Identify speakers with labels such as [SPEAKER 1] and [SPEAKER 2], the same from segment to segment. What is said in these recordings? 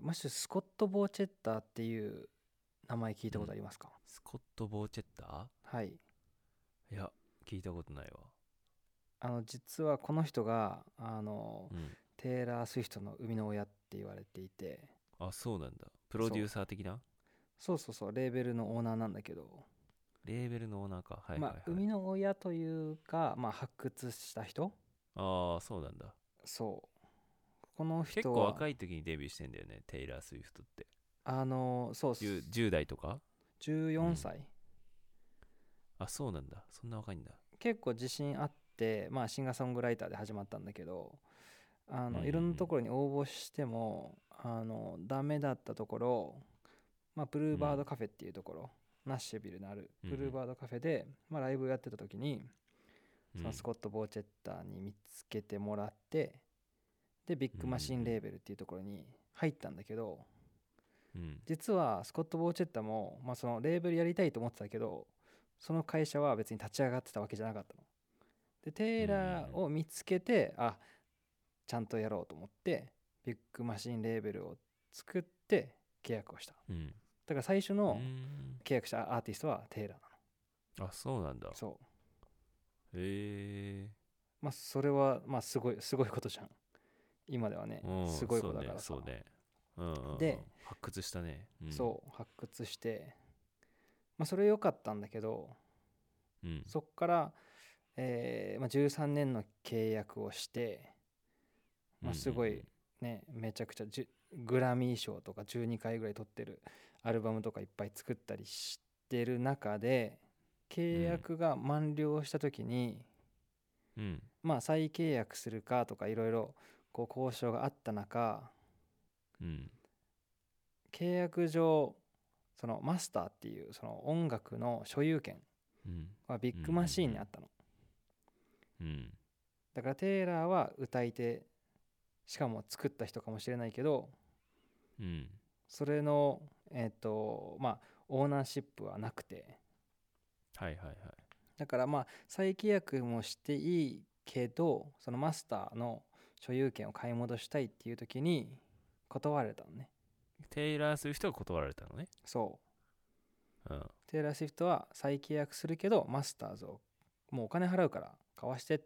[SPEAKER 1] ましてスコット・ボーチェッターっていう名前聞いたことありますか、
[SPEAKER 2] スコット・ボーチェッタ
[SPEAKER 1] はい
[SPEAKER 2] ーいや聞いたことないわ
[SPEAKER 1] あの実はこの人があの、
[SPEAKER 2] うん
[SPEAKER 1] テイラー・スウィフトの生みの親って言われていて
[SPEAKER 2] あそうなんだプロデューサー的な
[SPEAKER 1] そうそうそうレーベルのオーナーなんだけど、
[SPEAKER 2] レーベルのオーナーかはいはい
[SPEAKER 1] まあ、
[SPEAKER 2] は
[SPEAKER 1] 生
[SPEAKER 2] い、
[SPEAKER 1] みの親というか、まあ、発掘した人
[SPEAKER 2] ああそうなんだ
[SPEAKER 1] そうこの
[SPEAKER 2] 結
[SPEAKER 1] 人
[SPEAKER 2] 構
[SPEAKER 1] は
[SPEAKER 2] 若い時にデビューしてんだよねテイラー・スウィフトって
[SPEAKER 1] あのそうっす
[SPEAKER 2] 10, 10代とか
[SPEAKER 1] 14歳、
[SPEAKER 2] あそうなんだそんな若いんだ
[SPEAKER 1] 結構自信あって、まあ、シンガーソングライターで始まったんだけどあ
[SPEAKER 2] うんうんう
[SPEAKER 1] の
[SPEAKER 2] ん
[SPEAKER 1] いろんなところに応募しても、あのダメだったところ、まあ、ブルーバードカフェっていうところ、ナッシュビルのある
[SPEAKER 2] うん
[SPEAKER 1] ブ
[SPEAKER 2] うん
[SPEAKER 1] ルーバードカフェで、まあ、ライブやってた時に
[SPEAKER 2] うん
[SPEAKER 1] そのスコット・ボーチェッターに見つけてもらってでビッグマシ
[SPEAKER 2] うん
[SPEAKER 1] ン
[SPEAKER 2] うんうん
[SPEAKER 1] レーベルっていうところに入ったんだけど、
[SPEAKER 2] うん
[SPEAKER 1] 実はスコット・ボーチェッタも、まあ、そのレーベルやりたいと思ってたけどその会社は別に立ち上がってたわけじゃなかったの。でテイラーを見つけて、あちゃんとやろうと思ってビッグマシンレーベルを作って契約をした
[SPEAKER 2] うん
[SPEAKER 1] だから最初
[SPEAKER 2] う
[SPEAKER 1] の
[SPEAKER 2] ん
[SPEAKER 1] 契約したアーティストはテイラーな
[SPEAKER 2] あそうなんだ
[SPEAKER 1] のそう
[SPEAKER 2] へえ
[SPEAKER 1] まあそれはまあすごいすごいことじゃん今ではね
[SPEAKER 2] うん
[SPEAKER 1] すごいことだからさ
[SPEAKER 2] そうねそうね、うんうんうん
[SPEAKER 1] で
[SPEAKER 2] 発掘したね、うん、
[SPEAKER 1] そう発掘してまあそれ良かったんだけど
[SPEAKER 2] う、ん、
[SPEAKER 1] そこから、えーまあ、13年の契約をして、まあ、すごいね、めちゃくちゃじゅグラミー賞とか12回ぐらい取ってるアルバムとかいっぱい作ったりしてる中で契約が満了した時に、
[SPEAKER 2] うん、うん
[SPEAKER 1] まあ再契約するかとかいろいろこう交渉があった中
[SPEAKER 2] うんうん
[SPEAKER 1] 契約上そのマスターっていうその音楽の所有権
[SPEAKER 2] うん
[SPEAKER 1] はビッグマシーンにあったの。
[SPEAKER 2] うん
[SPEAKER 1] だからテイラーは歌い手しかも作った人かもしれないけど
[SPEAKER 2] うん
[SPEAKER 1] それのえっ、とまあオーナーシップはなくて
[SPEAKER 2] はいはいはい
[SPEAKER 1] だからまあ再契約もしていいけどそのマスターの所有権を買い戻したいっていう時に断られたのね
[SPEAKER 2] テイラー・スウィフトが断られたのね
[SPEAKER 1] そ
[SPEAKER 2] うん
[SPEAKER 1] うテイラー・スウィフトは再契約するけどマスターズをもうお金払うから買わして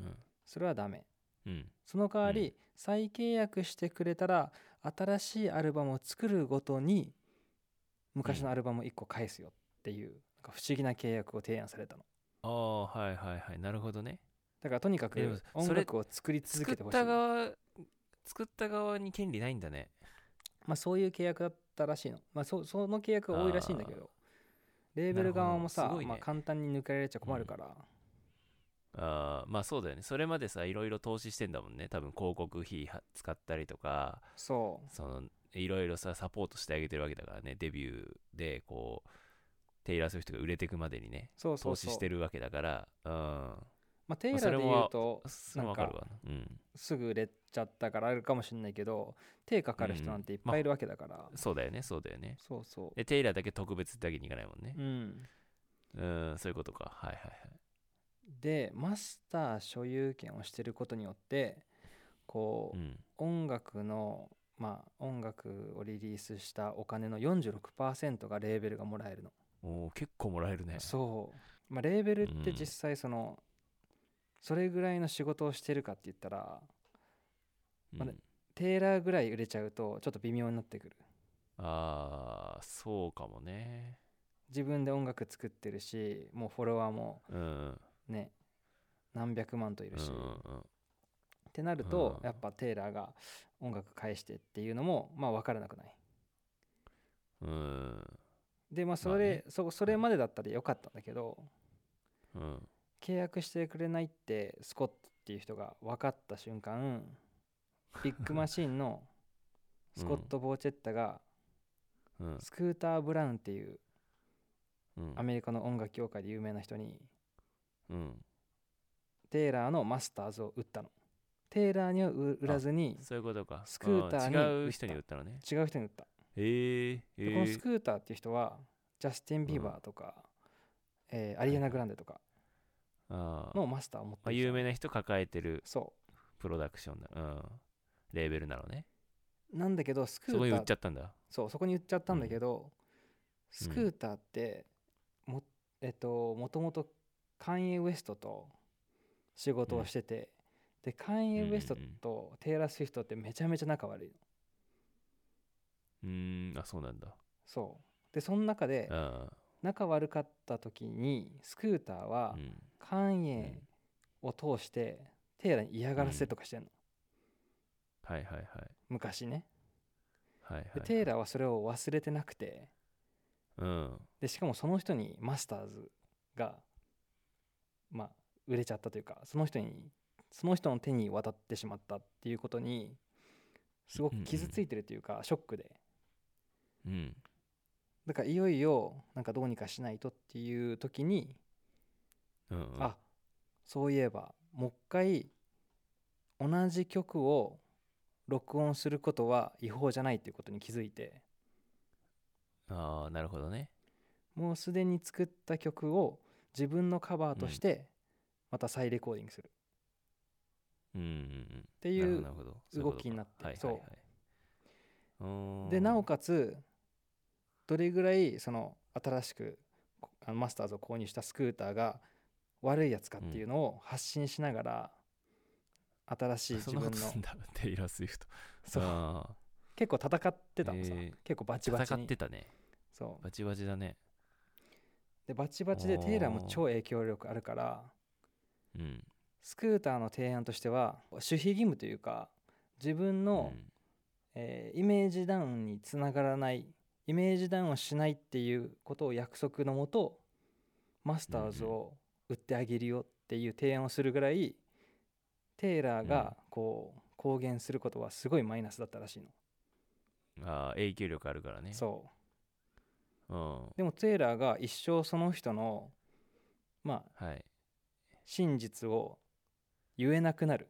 [SPEAKER 2] うん
[SPEAKER 1] それはダメ
[SPEAKER 2] うん
[SPEAKER 1] その代わ
[SPEAKER 2] う
[SPEAKER 1] り再契約してくれたら新しいアルバムを作るごとに昔のアルバムを1個返すよっていうなんか不思議な契約を提案されたの
[SPEAKER 2] ああはいはいはいなるほどね
[SPEAKER 1] だからとにか
[SPEAKER 2] でも
[SPEAKER 1] く
[SPEAKER 2] そ
[SPEAKER 1] 音
[SPEAKER 2] れ
[SPEAKER 1] 楽を作り続
[SPEAKER 2] 作
[SPEAKER 1] け
[SPEAKER 2] って
[SPEAKER 1] ほしい
[SPEAKER 2] た側作った側に権利ないんだね
[SPEAKER 1] まあ、そういう契約だったらしいの、まあ、そその契約が多いらしいんだけどレーベル側も
[SPEAKER 2] な
[SPEAKER 1] さ
[SPEAKER 2] る、ほどすごいね
[SPEAKER 1] まあ、簡単に抜かれちゃ困るから、
[SPEAKER 2] あーまあそうだよねそれまでさいろいろ投資してんだもんね多分広告費は使ったりとか
[SPEAKER 1] そ
[SPEAKER 2] そのいろいろさサポートしてあげてるわけだからねデビューでこうテイラー・スウィフトが売れてくまでにね
[SPEAKER 1] うそうそう
[SPEAKER 2] 投
[SPEAKER 1] そう
[SPEAKER 2] 資してるわけだからうん
[SPEAKER 1] まあ、テイラ
[SPEAKER 2] そ
[SPEAKER 1] ー
[SPEAKER 2] れ
[SPEAKER 1] で
[SPEAKER 2] も
[SPEAKER 1] 言うと
[SPEAKER 2] それもわかるわうん
[SPEAKER 1] すぐ売れちゃったからあるかもしれないけど手かかる人なんていっぱいいるわけだから、
[SPEAKER 2] そうだよねそうだよね
[SPEAKER 1] そうそう
[SPEAKER 2] でテイラーだけ特別だけにいかないもんね
[SPEAKER 1] うん、
[SPEAKER 2] うんそういうことかはいはいはい
[SPEAKER 1] でマスター所有権をしてることによってこ
[SPEAKER 2] う
[SPEAKER 1] う、
[SPEAKER 2] ん
[SPEAKER 1] 音楽のまあ音楽をリリースしたお金の46%がレーベルがもらえるの、
[SPEAKER 2] おー結構もらえるね
[SPEAKER 1] そう、まあ、レーベルって
[SPEAKER 2] うん
[SPEAKER 1] 実際その、それぐらいの仕事をしてるかって言ったら
[SPEAKER 2] うん
[SPEAKER 1] まだテイラーぐらい売れちゃうとちょっと微妙になってくる
[SPEAKER 2] あーそうかもね
[SPEAKER 1] 自分で音楽作ってるしもうフォロワーも
[SPEAKER 2] うんうん
[SPEAKER 1] ね何百万といる
[SPEAKER 2] うん
[SPEAKER 1] し、
[SPEAKER 2] うん
[SPEAKER 1] ってなると、
[SPEAKER 2] うん
[SPEAKER 1] やっぱテイラーが音楽返してっていうのもまあ分からなくない
[SPEAKER 2] うん
[SPEAKER 1] でまあ
[SPEAKER 2] ま
[SPEAKER 1] そ
[SPEAKER 2] あ
[SPEAKER 1] れ
[SPEAKER 2] ね,、
[SPEAKER 1] そそれまでだったらよかったんだけど
[SPEAKER 2] うん
[SPEAKER 1] 契約してくれないってスコットっていう人が分かった瞬間ビッグマシーン のスコット・ボーチェッタが
[SPEAKER 2] うん
[SPEAKER 1] スクーター・ブラウンっていう
[SPEAKER 2] うん
[SPEAKER 1] アメリカの音楽業界で有名な人に
[SPEAKER 2] うん
[SPEAKER 1] テイラーのマスターズを売ったのテイラーには売売らずに
[SPEAKER 2] そういうことか
[SPEAKER 1] スクーターに
[SPEAKER 2] う
[SPEAKER 1] 売った
[SPEAKER 2] ん違う人に売ったのね
[SPEAKER 1] 違う人に売った
[SPEAKER 2] ええ
[SPEAKER 1] でこの
[SPEAKER 2] え
[SPEAKER 1] スクーターっていう人はジャスティン・ビーバーとか、えーアリアナ・グランデとか
[SPEAKER 2] あーま
[SPEAKER 1] のマスターを持って
[SPEAKER 2] あ
[SPEAKER 1] る人
[SPEAKER 2] 有名な人抱えてる
[SPEAKER 1] そ
[SPEAKER 2] プロダクションだうんレーベルなのね
[SPEAKER 1] うなんだけどスク
[SPEAKER 2] そこに
[SPEAKER 1] ー
[SPEAKER 2] 売
[SPEAKER 1] タ
[SPEAKER 2] っち
[SPEAKER 1] ー
[SPEAKER 2] ゃったんだ
[SPEAKER 1] そうそこに売っちゃったんだけど、
[SPEAKER 2] うん
[SPEAKER 1] スクーターっても,、えっと、もともとカンエ・ウエストと仕事をしてて、でカンエ・ウエスト
[SPEAKER 2] うんうんうん
[SPEAKER 1] とテイラー・スウィフトってめちゃめちゃ仲悪いの
[SPEAKER 2] うーんあそうなんだ
[SPEAKER 1] そうでその中で
[SPEAKER 2] あ
[SPEAKER 1] 仲悪かった時にスクーター
[SPEAKER 2] あ
[SPEAKER 1] は
[SPEAKER 2] うん
[SPEAKER 1] カン
[SPEAKER 2] う
[SPEAKER 1] エ
[SPEAKER 2] ん
[SPEAKER 1] を通してテイラーに嫌がらせとかしてんの、
[SPEAKER 2] はいはいはい
[SPEAKER 1] 昔ね
[SPEAKER 2] はいはい
[SPEAKER 1] でテイラーはそれを忘れてなくて
[SPEAKER 2] うん
[SPEAKER 1] でしかもその人にマスターズがまあ売れちゃったというかその人にその人の手に渡ってしまったっていうことにすごく傷ついてるというかショックで
[SPEAKER 2] うん
[SPEAKER 1] だからいよいよなんかどうにかしないとっていう時に
[SPEAKER 2] うんうん
[SPEAKER 1] あそういえばもう一回同じ曲を録音することは違法じゃないっていうことに気づいて
[SPEAKER 2] あーなるほどね
[SPEAKER 1] もうすでに作った曲を自分のカバーとしてまた再レコーディングするっ
[SPEAKER 2] うんうん
[SPEAKER 1] て
[SPEAKER 2] うん
[SPEAKER 1] い
[SPEAKER 2] なる
[SPEAKER 1] う
[SPEAKER 2] ほどなるほどそういうこ
[SPEAKER 1] 動
[SPEAKER 2] と
[SPEAKER 1] きになって
[SPEAKER 2] かはい
[SPEAKER 1] そう
[SPEAKER 2] はいはい、うーん
[SPEAKER 1] でなおかつどれぐらいその新しくこあのマスターズを購入したスクーターが悪いやつかっていうのを発信しながら、新 しい自
[SPEAKER 2] そん
[SPEAKER 1] 分の
[SPEAKER 2] なことすんだテイラー・スウィフト
[SPEAKER 1] そう
[SPEAKER 2] あ
[SPEAKER 1] 結構戦ってたのさ、
[SPEAKER 2] へえ
[SPEAKER 1] 結構バチ
[SPEAKER 2] ー
[SPEAKER 1] バチ
[SPEAKER 2] 戦
[SPEAKER 1] に
[SPEAKER 2] ってたね
[SPEAKER 1] そう
[SPEAKER 2] バチバチだね
[SPEAKER 1] でバチバチでテイラーも超影響力あるから
[SPEAKER 2] うん
[SPEAKER 1] スクーターの提案としては守秘義務というか自分の、
[SPEAKER 2] うん
[SPEAKER 1] えーイメージダウンにつながらないイメージダウンをしないっていうことを約束のもとマスターズ
[SPEAKER 2] うんうん
[SPEAKER 1] を売ってあげるよっていう提案をするぐらいテイラーがこう公言することはすごいマイナスだったらしいの、
[SPEAKER 2] あー影響力あるからね、
[SPEAKER 1] そう
[SPEAKER 2] ん
[SPEAKER 1] うでもテイラーが一生その人のまあ
[SPEAKER 2] はい、
[SPEAKER 1] 真実を言えなくなる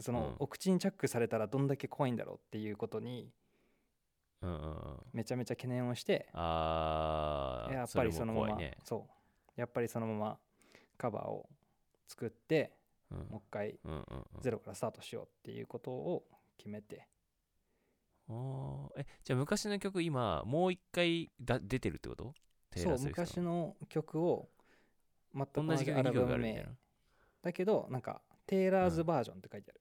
[SPEAKER 1] その、
[SPEAKER 2] うん
[SPEAKER 1] お口にチャックされたらどんだけ怖いんだろうっていうことに
[SPEAKER 2] うんうんうん、
[SPEAKER 1] めちゃめちゃ懸念をして
[SPEAKER 2] ああ
[SPEAKER 1] やっぱりそのまま
[SPEAKER 2] ね
[SPEAKER 1] そうやっぱりそのままカバーを作って
[SPEAKER 2] うん
[SPEAKER 1] もう一回
[SPEAKER 2] うんうんうん
[SPEAKER 1] ゼロからスタートしようっていうことを決めて
[SPEAKER 2] あーえじゃあ昔の曲今もう一回だ出てるってことテイ
[SPEAKER 1] そ
[SPEAKER 2] ラー
[SPEAKER 1] う
[SPEAKER 2] スウィフト
[SPEAKER 1] 昔の曲を全く
[SPEAKER 2] 同
[SPEAKER 1] 同
[SPEAKER 2] じ
[SPEAKER 1] じ
[SPEAKER 2] 曲
[SPEAKER 1] ア
[SPEAKER 2] に
[SPEAKER 1] ル
[SPEAKER 2] 曲
[SPEAKER 1] バ
[SPEAKER 2] があ
[SPEAKER 1] ム
[SPEAKER 2] るみたい
[SPEAKER 1] 名
[SPEAKER 2] な
[SPEAKER 1] だけどなんかテイラーズ
[SPEAKER 2] うん
[SPEAKER 1] バージョンって書いてある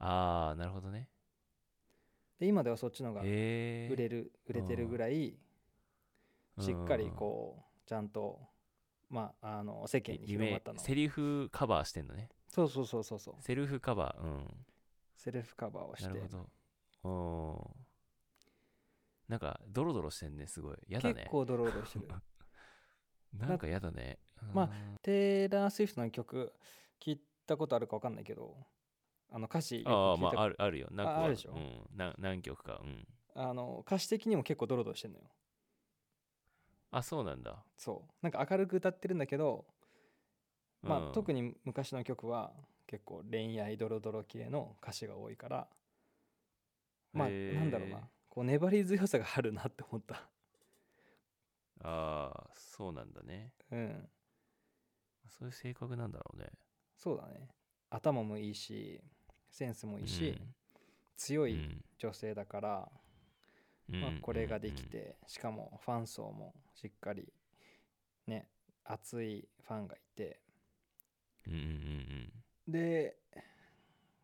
[SPEAKER 2] ああなるほどね
[SPEAKER 1] で今ではそっちのが売
[SPEAKER 2] えー、
[SPEAKER 1] れる売れてるぐらいしっかりこうちゃんとまああの世
[SPEAKER 2] う
[SPEAKER 1] 間
[SPEAKER 2] んうんうん
[SPEAKER 1] に
[SPEAKER 2] ゆ
[SPEAKER 1] 広まったの
[SPEAKER 2] セリフカバーしてんのね
[SPEAKER 1] そうそうそうそうそう
[SPEAKER 2] セルフカバーうん
[SPEAKER 1] セルフカバーをし
[SPEAKER 2] なる
[SPEAKER 1] て
[SPEAKER 2] ほどおーなんかドロドロしてんねすごいやだ
[SPEAKER 1] 結
[SPEAKER 2] ね
[SPEAKER 1] 構ドロドロしてる
[SPEAKER 2] なんかやだね
[SPEAKER 1] まあ
[SPEAKER 2] うん
[SPEAKER 1] テイラー・スウィフトの曲聞いたことあるか分かんないけどあの歌詞よく
[SPEAKER 2] ああ
[SPEAKER 1] 聞
[SPEAKER 2] ま
[SPEAKER 1] いた
[SPEAKER 2] ああるあるよ何個
[SPEAKER 1] ああるでしょ
[SPEAKER 2] うん、な何曲かうん
[SPEAKER 1] あの歌詞的にも結構ドロドロしてんのよ
[SPEAKER 2] あそうなんだ、
[SPEAKER 1] そうなんか明るく歌ってるんだけど、まあ
[SPEAKER 2] うん
[SPEAKER 1] 特に昔の曲は結構恋愛ドロドロ系の歌詞が多いからまあ
[SPEAKER 2] へえ
[SPEAKER 1] なんだろうなこう粘り強さがあるなって思った
[SPEAKER 2] ああそうなんだね
[SPEAKER 1] うん
[SPEAKER 2] そういう性格なんだろうね
[SPEAKER 1] そうだね頭もいいしセンスもいいし、
[SPEAKER 2] う
[SPEAKER 1] 強
[SPEAKER 2] ん
[SPEAKER 1] い女性だから、
[SPEAKER 2] うん
[SPEAKER 1] まあ
[SPEAKER 2] うん、
[SPEAKER 1] これができ
[SPEAKER 2] うん
[SPEAKER 1] てしかもファン層もしっかりね熱いファンがいて
[SPEAKER 2] うんうんうん
[SPEAKER 1] で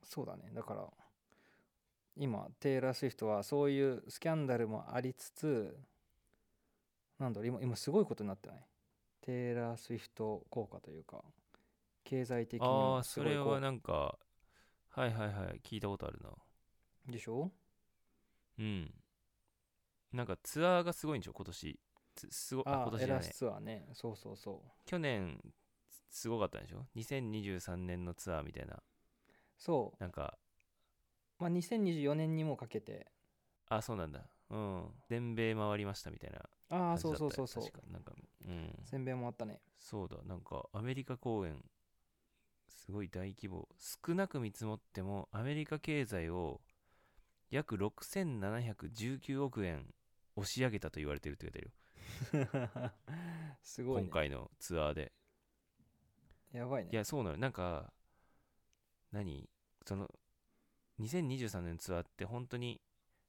[SPEAKER 1] そうだねだから今テイラー・スウィフトはそういうスキャンダルもありつつなんだろう今今すごいことになってないテイラー・スウィフト効果というか経済的に
[SPEAKER 2] ああ
[SPEAKER 1] も
[SPEAKER 2] ー
[SPEAKER 1] す
[SPEAKER 2] そ
[SPEAKER 1] ごい
[SPEAKER 2] れ
[SPEAKER 1] 効
[SPEAKER 2] は
[SPEAKER 1] 果
[SPEAKER 2] なんかはいはいはい聞いたことあるな
[SPEAKER 1] でしょ
[SPEAKER 2] うんなんかツアーがすごいんでしょ今年つすごあ
[SPEAKER 1] あ
[SPEAKER 2] 今
[SPEAKER 1] あ
[SPEAKER 2] 年
[SPEAKER 1] エ
[SPEAKER 2] じゃ
[SPEAKER 1] ラ
[SPEAKER 2] ない
[SPEAKER 1] スツアーねそうそうそう
[SPEAKER 2] 去年すすごかったんでしょ2023年のツアーみたいな
[SPEAKER 1] そう、
[SPEAKER 2] なんか
[SPEAKER 1] まあ、2024年にもかけて
[SPEAKER 2] あそうなんだうん全米回りましたみたいな
[SPEAKER 1] ああ
[SPEAKER 2] 感じ
[SPEAKER 1] そ
[SPEAKER 2] だ
[SPEAKER 1] う
[SPEAKER 2] った
[SPEAKER 1] そ
[SPEAKER 2] よ
[SPEAKER 1] うそうそう
[SPEAKER 2] 確かなんかうん
[SPEAKER 1] せんべいもあったね
[SPEAKER 2] そうだ、なんかアメリカ公演、すごい大規模。少なく見積もっても、アメリカ経済を約6719億円押し上げたと言われてるって書いてあるよ。
[SPEAKER 1] すごい、ね
[SPEAKER 2] 今、回のツアーで。
[SPEAKER 1] やばいね
[SPEAKER 2] いや、そうなの。なんか、何その、 2023年のツアーって本当に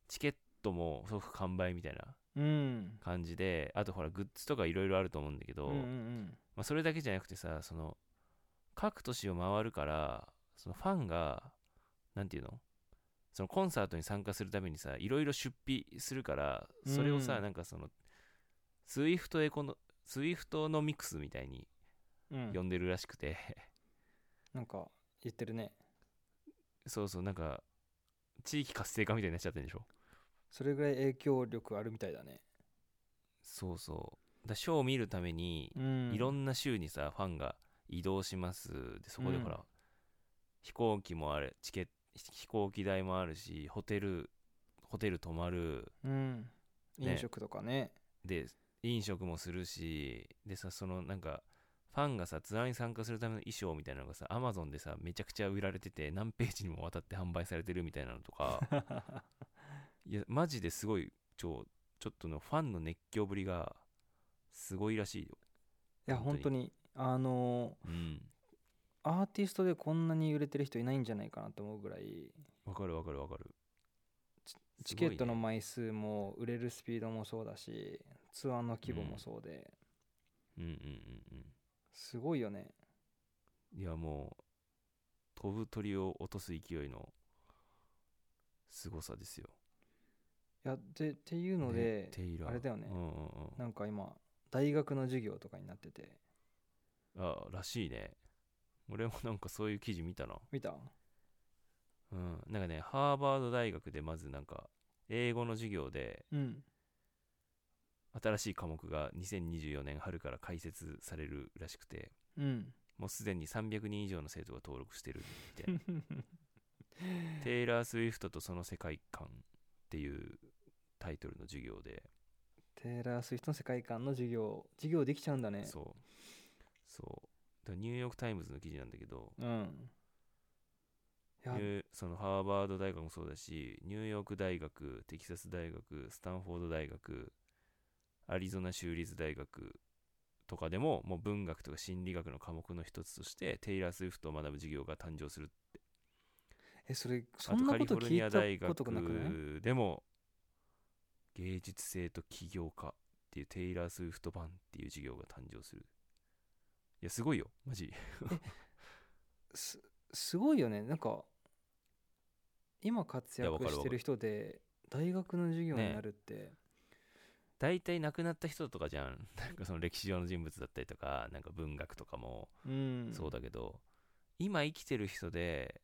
[SPEAKER 2] チケットも即完売みたいな
[SPEAKER 1] うん
[SPEAKER 2] 感じであとほらグッズとかいろいろあると思うんだけ
[SPEAKER 1] う
[SPEAKER 2] ど、
[SPEAKER 1] んうん
[SPEAKER 2] まあ、それだけじゃなくてさその各都市を回るからそのファンがなんていうのそのコンサートに参加するためにさいろいろ出費するからそれをさ、
[SPEAKER 1] うん
[SPEAKER 2] なんかそのスイフトエコのスイフトのミクスみたいに
[SPEAKER 1] うんう
[SPEAKER 2] 呼
[SPEAKER 1] ん
[SPEAKER 2] んでるらしくて、
[SPEAKER 1] なんか言ってるね
[SPEAKER 2] そうそうなんか地域活性化みたいになっちゃってるんでしょ
[SPEAKER 1] それぐらい影響力あるみたいだね
[SPEAKER 2] そうそうだショーを見るために
[SPEAKER 1] うん
[SPEAKER 2] いろんな州にさファンが移動しますでそこでほら、
[SPEAKER 1] うん
[SPEAKER 2] 飛行機もあれチケット飛行機代もあるしホテルホテル泊まる
[SPEAKER 1] うん
[SPEAKER 2] ね
[SPEAKER 1] 飲食とかね
[SPEAKER 2] で飲食もするしでさそのなんかファンがさツアーに参加するための衣装みたいなのがさアマゾンでさめちゃくちゃ売られてて何ページにもわたって販売されてるみたいなのとかいやマジですごいちょちょっとのファンの熱狂ぶりがすごいらしいよ、
[SPEAKER 1] いや
[SPEAKER 2] 本
[SPEAKER 1] 本
[SPEAKER 2] 当
[SPEAKER 1] 当にあの
[SPEAKER 2] うん、
[SPEAKER 1] ーアーティストでこんなに売れてる人いないんじゃないかなと思うぐらい
[SPEAKER 2] わかるわかるわかる
[SPEAKER 1] チケットの
[SPEAKER 2] すごいね
[SPEAKER 1] 枚数も売れるスピードもそうだしツアーの規模もそうで
[SPEAKER 2] うんうんうんうん
[SPEAKER 1] すごいよね
[SPEAKER 2] いやもう飛ぶ鳥を落とす勢いの凄さですよ。
[SPEAKER 1] いやでっていうの
[SPEAKER 2] ね
[SPEAKER 1] で
[SPEAKER 2] テイラー
[SPEAKER 1] あれだよね
[SPEAKER 2] うんうんうん、
[SPEAKER 1] なんか今大学の授業とかになってて
[SPEAKER 2] あらしいね。俺もなんかそういう記事見たな。
[SPEAKER 1] 見た
[SPEAKER 2] うん、なんかねハーバード大学でまずなんか英語の授業で
[SPEAKER 1] うん
[SPEAKER 2] 新しい科目が2024年春から開設されるらしくて
[SPEAKER 1] うん
[SPEAKER 2] もうすでに300人以上の生徒が登録してるみたいなテイラー・スウィフトとその世界観っていうタイトルの授業で
[SPEAKER 1] テイラー・スウィフトの世界観の授業授業できちゃうんだね
[SPEAKER 2] そう。そう。だニューヨーク・タイムズの記事なんだけど、
[SPEAKER 1] うんいや
[SPEAKER 2] ニューそのハーバード大学もそうだし、ニューヨーク大学、テキサス大学、スタンフォード大学、アリゾナ州立大学とかでも、もう文学とか心理学の科目の一つとして、テイラー・スウィフトを学ぶ授業が誕生する。
[SPEAKER 1] えそれ
[SPEAKER 2] あ
[SPEAKER 1] そ
[SPEAKER 2] と
[SPEAKER 1] んな
[SPEAKER 2] カリ
[SPEAKER 1] こ
[SPEAKER 2] フ
[SPEAKER 1] と
[SPEAKER 2] ォルニア
[SPEAKER 1] 聞
[SPEAKER 2] 大
[SPEAKER 1] いたことなくない
[SPEAKER 2] 学でも、芸術性と起業家っていうテイラー・スウィフト版っていう授業が誕生する。いや、すごいよ、マジ。
[SPEAKER 1] すすごいよねなんか今活
[SPEAKER 2] いやわか
[SPEAKER 1] 躍
[SPEAKER 2] るわ
[SPEAKER 1] し
[SPEAKER 2] か
[SPEAKER 1] て
[SPEAKER 2] る
[SPEAKER 1] る人で大学の授業
[SPEAKER 2] ね
[SPEAKER 1] になるって、
[SPEAKER 2] 大体亡くなった人とかじゃんなんかその歴史上の人物だったりとかなんか文学とかも
[SPEAKER 1] うん
[SPEAKER 2] そうだけど、今生きてる人で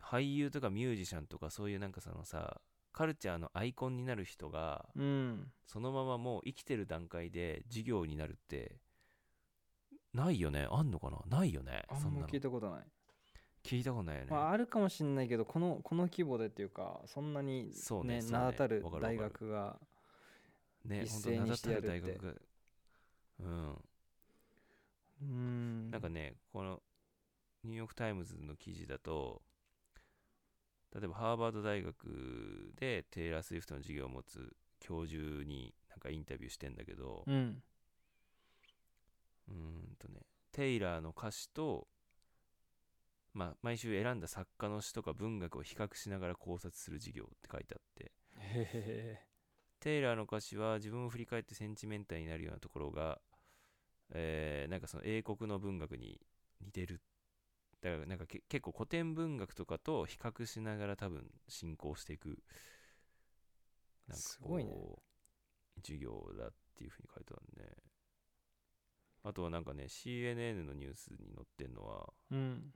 [SPEAKER 2] 俳優とかミュージシャンとかそういうなんかそのさカルチャーのアイコンになる人が
[SPEAKER 1] うん
[SPEAKER 2] そのままもう生きてる段階で授業になるってないよねあんのかなないよね
[SPEAKER 1] あ
[SPEAKER 2] そ
[SPEAKER 1] ん
[SPEAKER 2] ん
[SPEAKER 1] ま
[SPEAKER 2] なの
[SPEAKER 1] 聞いたことない、
[SPEAKER 2] 聞いたことないよね、
[SPEAKER 1] まあ、あるかもしんないけどこのこの規模でっていうかそんなに、
[SPEAKER 2] そうね
[SPEAKER 1] ね
[SPEAKER 2] そうね
[SPEAKER 1] 名だたる
[SPEAKER 2] わかるわか
[SPEAKER 1] 大
[SPEAKER 2] る
[SPEAKER 1] 学が
[SPEAKER 2] ね
[SPEAKER 1] 一
[SPEAKER 2] 本当
[SPEAKER 1] 斉
[SPEAKER 2] 名
[SPEAKER 1] に
[SPEAKER 2] だ
[SPEAKER 1] して
[SPEAKER 2] た
[SPEAKER 1] や
[SPEAKER 2] る
[SPEAKER 1] る
[SPEAKER 2] 大
[SPEAKER 1] って
[SPEAKER 2] 学がうん
[SPEAKER 1] うん
[SPEAKER 2] なんかね、このニューヨーク・タイムズの記事だと、例えばハーバード大学でテイラー・スウィフトの授業を持つ教授になんかインタビューしてんだけど、
[SPEAKER 1] うん
[SPEAKER 2] うーんとね、テイラーの歌詞と、まあ、毎週選んだ作家の詩とか文学を比較しながら考察する授業って書いてあって、
[SPEAKER 1] へへ
[SPEAKER 2] テイラーの歌詞は自分を振り返ってセンチメンタルになるようなところが、えーなんかその英国の文学に似てる。だからなんかけ結構古典文学とかと比較しながら多分進行していく、なんかこう
[SPEAKER 1] すごいね
[SPEAKER 2] 授業だっていうふうに書いてあるね。あとはなんかね、CNN のニュースに載ってんのは、
[SPEAKER 1] うん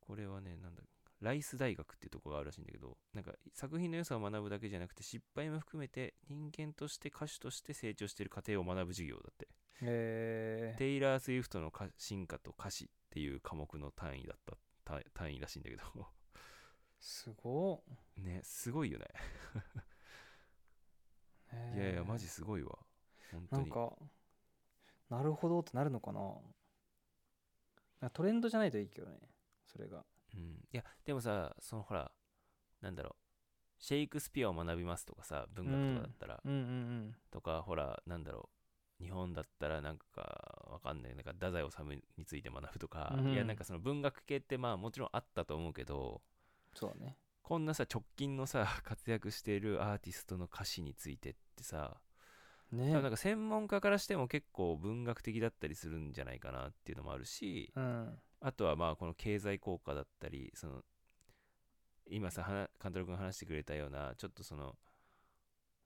[SPEAKER 2] これはね、なんだライス大学っていうところがあるらしいんだけど、なんか作品の良さを学ぶだけじゃなくて、失敗も含めて人間として歌手として成長している過程を学ぶ授業だって。
[SPEAKER 1] えー、
[SPEAKER 2] テイラー・スウィフトの歌進化と歌詞っていう科目の単位だった、単単位らしいんだけど。
[SPEAKER 1] すごっ
[SPEAKER 2] ね、すごいよね。
[SPEAKER 1] へー
[SPEAKER 2] いやいや、マジすごいわ。本当
[SPEAKER 1] な
[SPEAKER 2] に。
[SPEAKER 1] んかなるほどってなるのかななんかトレンドじゃないといいけどねそれが
[SPEAKER 2] うん、いや、でもさ、そのほら、なんだろう。シェイクスピアを学びますとかさ、文学とかだったら、
[SPEAKER 1] うんうん
[SPEAKER 2] とかほらなんだろ日本だったらなんかわかんないなんか太宰治について学ぶとか、
[SPEAKER 1] うん
[SPEAKER 2] いやなんかその文学系ってまあもちろんあったと思うけど
[SPEAKER 1] そうね
[SPEAKER 2] こんなさ直近のさ 活躍しているアーティストの歌詞についてってさ多分なん
[SPEAKER 1] ね
[SPEAKER 2] か専門家からしても結構文学的だったりするんじゃないかなっていうのもあるし
[SPEAKER 1] うん
[SPEAKER 2] あとはまあこの経済効果だったりその今さはな監督が話してくれたようなちょっとその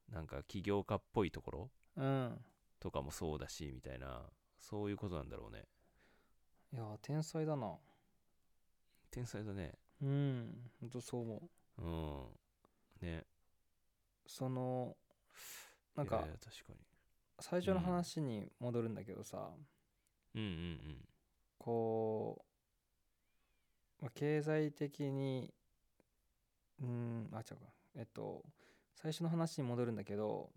[SPEAKER 2] なんか起業家っぽいところ
[SPEAKER 1] うん
[SPEAKER 2] とかもそうだしみたいなそういうことなんだろうね
[SPEAKER 1] いやー天才だな
[SPEAKER 2] 天才だね
[SPEAKER 1] うんほんとそう思う
[SPEAKER 2] うんね
[SPEAKER 1] そのなん
[SPEAKER 2] い
[SPEAKER 1] か
[SPEAKER 2] やいや確か
[SPEAKER 1] 最初
[SPEAKER 2] う
[SPEAKER 1] の
[SPEAKER 2] ん
[SPEAKER 1] 話に戻るんだけどさ、
[SPEAKER 2] にうんうん
[SPEAKER 1] こう、まあ、経済的にうんあ違うかえっと最初の話に戻るんだけど、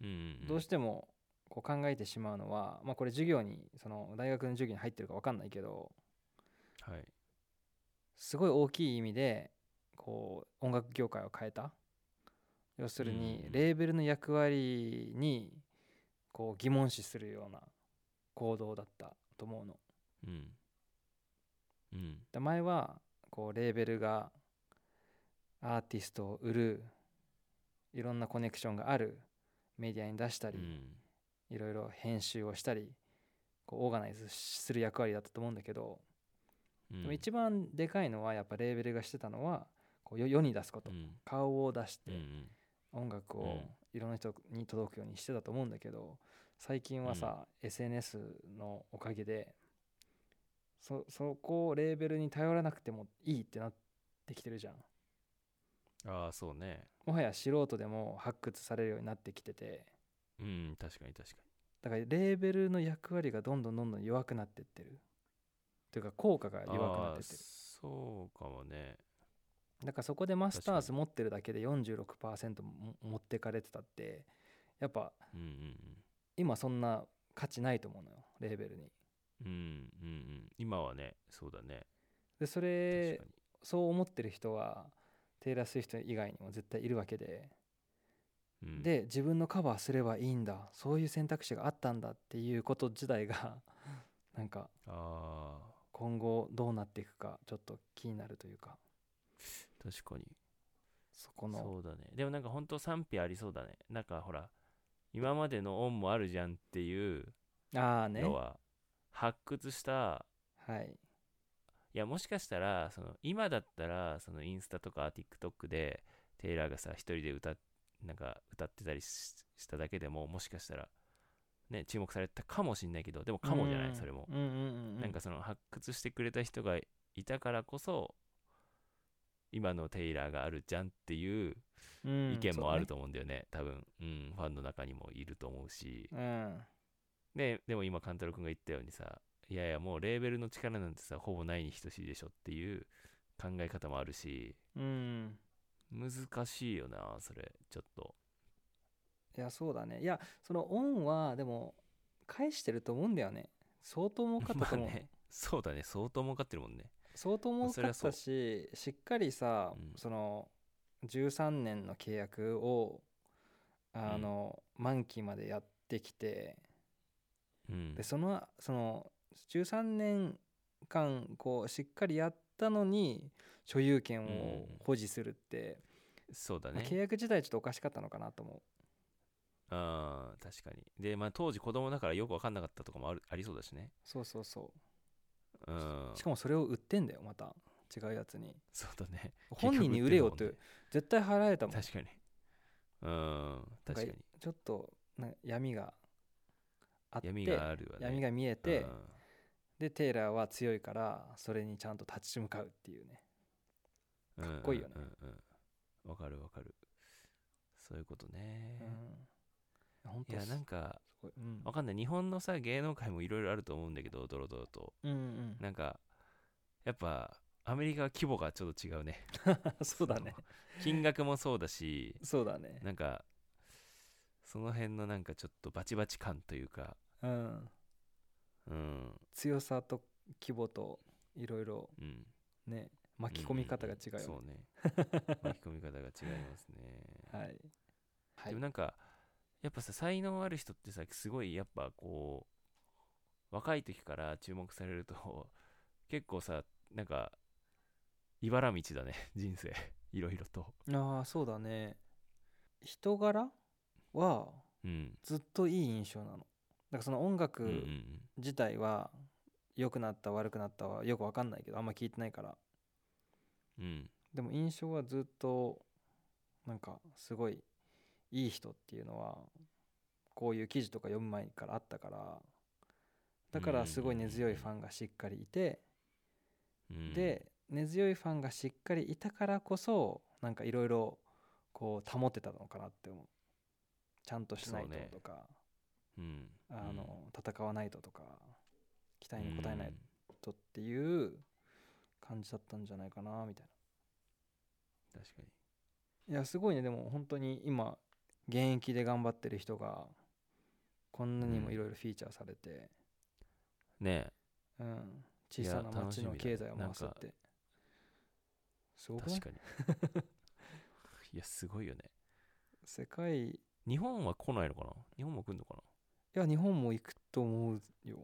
[SPEAKER 2] うんうんんん
[SPEAKER 1] どうしてもこう考えてしまうのは、まあ、これ授業にその大学の授業に入ってるか分かんないけど
[SPEAKER 2] はい
[SPEAKER 1] すごい大きい意味でこう音楽業界を変えた要する
[SPEAKER 2] うん
[SPEAKER 1] に
[SPEAKER 2] うん
[SPEAKER 1] レーベルの役割にこう疑問視するような行動だったと思うの。
[SPEAKER 2] うんうん
[SPEAKER 1] で前はこうレーベルがアーティストを売るいろんなコネクションがあるメディアに出した
[SPEAKER 2] う
[SPEAKER 1] り、
[SPEAKER 2] ん
[SPEAKER 1] いろいろ編集をしたりこうオーガナイズする役割だったと思うんだけど、
[SPEAKER 2] うん
[SPEAKER 1] でも一番でかいのはやっぱレーベルがしてたのはこう世世に出すこと、
[SPEAKER 2] うん
[SPEAKER 1] 顔を出して
[SPEAKER 2] うんうん
[SPEAKER 1] 音楽
[SPEAKER 2] う
[SPEAKER 1] を
[SPEAKER 2] ん
[SPEAKER 1] いろんな人に届くようにしてたと思うんだけど最近はさ、SNS のおかげでそそこをレーベルに頼らなくてもいいってなってきてるじゃん
[SPEAKER 2] ああそうね
[SPEAKER 1] もはや素人でも発掘されるようになってきてて
[SPEAKER 2] うん確かに確か
[SPEAKER 1] だからレーベルの役割がどんどんどんどん弱くなってってるというか効果が
[SPEAKER 2] に
[SPEAKER 1] 弱くなっ
[SPEAKER 2] ああ
[SPEAKER 1] てってる
[SPEAKER 2] そうかもね
[SPEAKER 1] だからそこでマスター
[SPEAKER 2] 確か
[SPEAKER 1] ズ持ってるだけで46%も持ってかれてたってやっぱ
[SPEAKER 2] うん
[SPEAKER 1] 今そんな価値ないと思うのよレーベルに
[SPEAKER 2] うんうんうんうんうん今はねそうだね
[SPEAKER 1] でそれ
[SPEAKER 2] 確かに
[SPEAKER 1] そう思ってる人はテイラー・スウィフト以外にも絶対いるわけで、
[SPEAKER 2] うん
[SPEAKER 1] で自分のカバーすればいいんだそういう選択肢があったんだっていうこと自体がなんか
[SPEAKER 2] ああ
[SPEAKER 1] 今後どうなっていくかちょっと気になるというか
[SPEAKER 2] 確かに
[SPEAKER 1] そこの
[SPEAKER 2] そうだねでもなんか本当賛否ありそうだねなんかほら今までの恩もあるじゃんっていう
[SPEAKER 1] ああね
[SPEAKER 2] 要は発掘した
[SPEAKER 1] はい
[SPEAKER 2] いやもしかしたらその今だったらそのインスタとか TikTok でテイラーがさ一人で歌っなんか歌ってたりししただけでももしかしたらね注目されたかもしんないけどでもかもじゃな
[SPEAKER 1] うん
[SPEAKER 2] いそれも
[SPEAKER 1] うんうんうんう
[SPEAKER 2] なんかその発掘してくれた人がいたからこそ今のテイラーがあるじゃんっていう
[SPEAKER 1] うん
[SPEAKER 2] 意見もある
[SPEAKER 1] そ
[SPEAKER 2] と思うんだよね、多分、うん、ファンの中にもいると思うし
[SPEAKER 1] う、ねうん
[SPEAKER 2] ね、でも今、勘太郎君が言ったようにさ、いやいや、もうレーベルの力なんてさ、ほぼないに等しいでしょっていう考え方もあるし、
[SPEAKER 1] うん
[SPEAKER 2] 難しいよな、それ、ちょっと。
[SPEAKER 1] いやそうだねいやそのオンはでも返してると思うんだよね相当儲かったと思う、
[SPEAKER 2] まあねそうだね、相当儲かってるもんね。
[SPEAKER 1] 相当儲
[SPEAKER 2] そ
[SPEAKER 1] か
[SPEAKER 2] りゃ
[SPEAKER 1] っ
[SPEAKER 2] そう
[SPEAKER 1] たししっかりさ、
[SPEAKER 2] うん
[SPEAKER 1] その13年の契約をあの、満期までやってきて
[SPEAKER 2] うん
[SPEAKER 1] で。そのその13年間こうしっかりやったのに所有権を
[SPEAKER 2] うん
[SPEAKER 1] 保持するって、
[SPEAKER 2] そうだ
[SPEAKER 1] まあ契
[SPEAKER 2] ね。
[SPEAKER 1] 約自体ちょっとおかしかったのかなと思
[SPEAKER 2] あー確かに。で、まあ、当時子供だからよく分かんなかったとかもあるありそうだしね。
[SPEAKER 1] うそうそうそ
[SPEAKER 2] うん
[SPEAKER 1] う。しかもそれを売ってんだよまた違うやつに
[SPEAKER 2] そうだね。
[SPEAKER 1] 本人に売れよっ
[SPEAKER 2] 結
[SPEAKER 1] て
[SPEAKER 2] 局
[SPEAKER 1] 絶対払えた
[SPEAKER 2] 売
[SPEAKER 1] も
[SPEAKER 2] っ
[SPEAKER 1] ん
[SPEAKER 2] てるもんね確かに。うん、確かに。
[SPEAKER 1] ちょっとな闇があって
[SPEAKER 2] 闇があるよね。
[SPEAKER 1] 闇が見えて、
[SPEAKER 2] うん
[SPEAKER 1] でテイラーは強いからそれにちゃんと立ち向かうっていうね
[SPEAKER 2] か
[SPEAKER 1] っこいいよね
[SPEAKER 2] わ、うんうんわかるわかるそういうことね
[SPEAKER 1] うん、本
[SPEAKER 2] い
[SPEAKER 1] 当
[SPEAKER 2] やなん
[SPEAKER 1] す
[SPEAKER 2] か
[SPEAKER 1] ごいうん
[SPEAKER 2] わかんない日本のさ芸能界もいろいろあると思うんだけどドロドロと
[SPEAKER 1] うんうん
[SPEAKER 2] なんかやっぱアメリカは規模がちょっと違うね
[SPEAKER 1] そうだね
[SPEAKER 2] その 金額もそうだし
[SPEAKER 1] そうだね
[SPEAKER 2] なんかその辺のなんかちょっとバチバチ感というか
[SPEAKER 1] うん
[SPEAKER 2] うん
[SPEAKER 1] 強さと規模といろいろ
[SPEAKER 2] うん
[SPEAKER 1] ね巻き込み方が違うよね、
[SPEAKER 2] んんんそ うね巻き込み方が違いますね
[SPEAKER 1] はい、はい
[SPEAKER 2] でもなんかやっぱさ才能ある人ってさすごいやっぱこう若い時から注目されると 結構さなんか茨道だね 人生いろいろと
[SPEAKER 1] ああそうだね人柄は
[SPEAKER 2] うん
[SPEAKER 1] ずっといい印象なのだからその音
[SPEAKER 2] うんうんう
[SPEAKER 1] 楽
[SPEAKER 2] ん
[SPEAKER 1] 自体は良くなった悪くなったはよく分かんないけどあんま聞いてないから
[SPEAKER 2] うん
[SPEAKER 1] でも印象はずっとなんかすごいいい人っていうのはこういう記事とか読む前からあったからだからすごい根強いファンがしっかりいて
[SPEAKER 2] うん
[SPEAKER 1] で根強いファンがしっかりいたからこそなんかいろいろこう保てたのかなって思うちゃんとしない
[SPEAKER 2] そうね
[SPEAKER 1] ととか、
[SPEAKER 2] うん
[SPEAKER 1] あの戦わないととか期
[SPEAKER 2] う
[SPEAKER 1] 待
[SPEAKER 2] ん
[SPEAKER 1] に応えないとっていう感じだったんじゃないかなみたい
[SPEAKER 2] うん確かに
[SPEAKER 1] ないやすごいねでも本当に今現役で頑張ってる人がこんなにもいろいろフィーチャーされて、
[SPEAKER 2] ね
[SPEAKER 1] う
[SPEAKER 2] え
[SPEAKER 1] ん小さな町の
[SPEAKER 2] 楽しみ
[SPEAKER 1] 経
[SPEAKER 2] だ
[SPEAKER 1] 済
[SPEAKER 2] ね
[SPEAKER 1] を回すってすごくない
[SPEAKER 2] 確かに いやすごいよね
[SPEAKER 1] 世界い
[SPEAKER 2] 日本は来ないのかな日本も来んのかな
[SPEAKER 1] や日本も行くと思うよ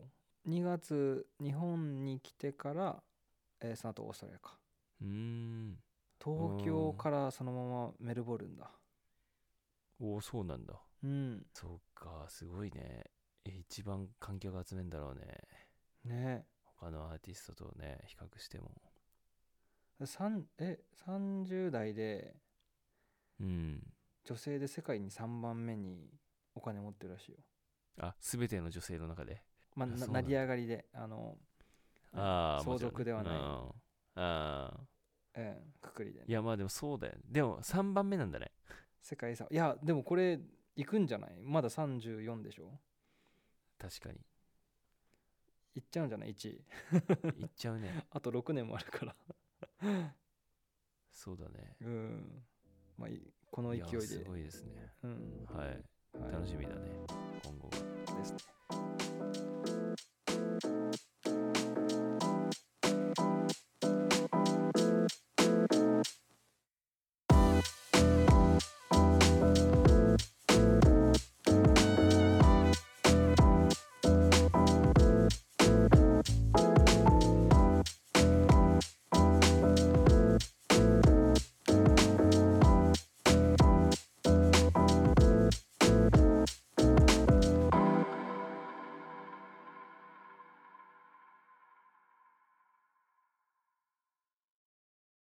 [SPEAKER 1] 2月日本に来てから、えーその後オーストラリアか
[SPEAKER 2] うーん
[SPEAKER 1] 東
[SPEAKER 2] う
[SPEAKER 1] 京
[SPEAKER 2] ん
[SPEAKER 1] からそのままメルボルンだ
[SPEAKER 2] おおそうなんだ
[SPEAKER 1] うん
[SPEAKER 2] そうかすごいねえ一番観客集めんだろうね
[SPEAKER 1] ね
[SPEAKER 2] 他のアーティストとね比較しても
[SPEAKER 1] 三え30代で
[SPEAKER 2] うん
[SPEAKER 1] 女性で世界に3番目にお金持ってるらしいよ、
[SPEAKER 2] あ全ての女性の中で
[SPEAKER 1] まあ、
[SPEAKER 2] あ
[SPEAKER 1] な
[SPEAKER 2] そう
[SPEAKER 1] 成
[SPEAKER 2] なん
[SPEAKER 1] り上がりであの、
[SPEAKER 2] ああ
[SPEAKER 1] 相続ではない
[SPEAKER 2] ああ
[SPEAKER 1] ええくくりでね、
[SPEAKER 2] いやまあでもそうだよねでも3番目なんだね
[SPEAKER 1] 世界遺産いやでもこれ行くんじゃないまだ34でしょ
[SPEAKER 2] 確かに
[SPEAKER 1] 行っちゃうんじゃない1位
[SPEAKER 2] いっちゃ うね
[SPEAKER 1] あと6年もあるから
[SPEAKER 2] そうだね
[SPEAKER 1] うんまあいこの
[SPEAKER 2] いや
[SPEAKER 1] 勢い
[SPEAKER 2] す
[SPEAKER 1] で
[SPEAKER 2] ごいですね
[SPEAKER 1] うん
[SPEAKER 2] はい
[SPEAKER 1] はい
[SPEAKER 2] 楽しみだね今後が
[SPEAKER 1] ですね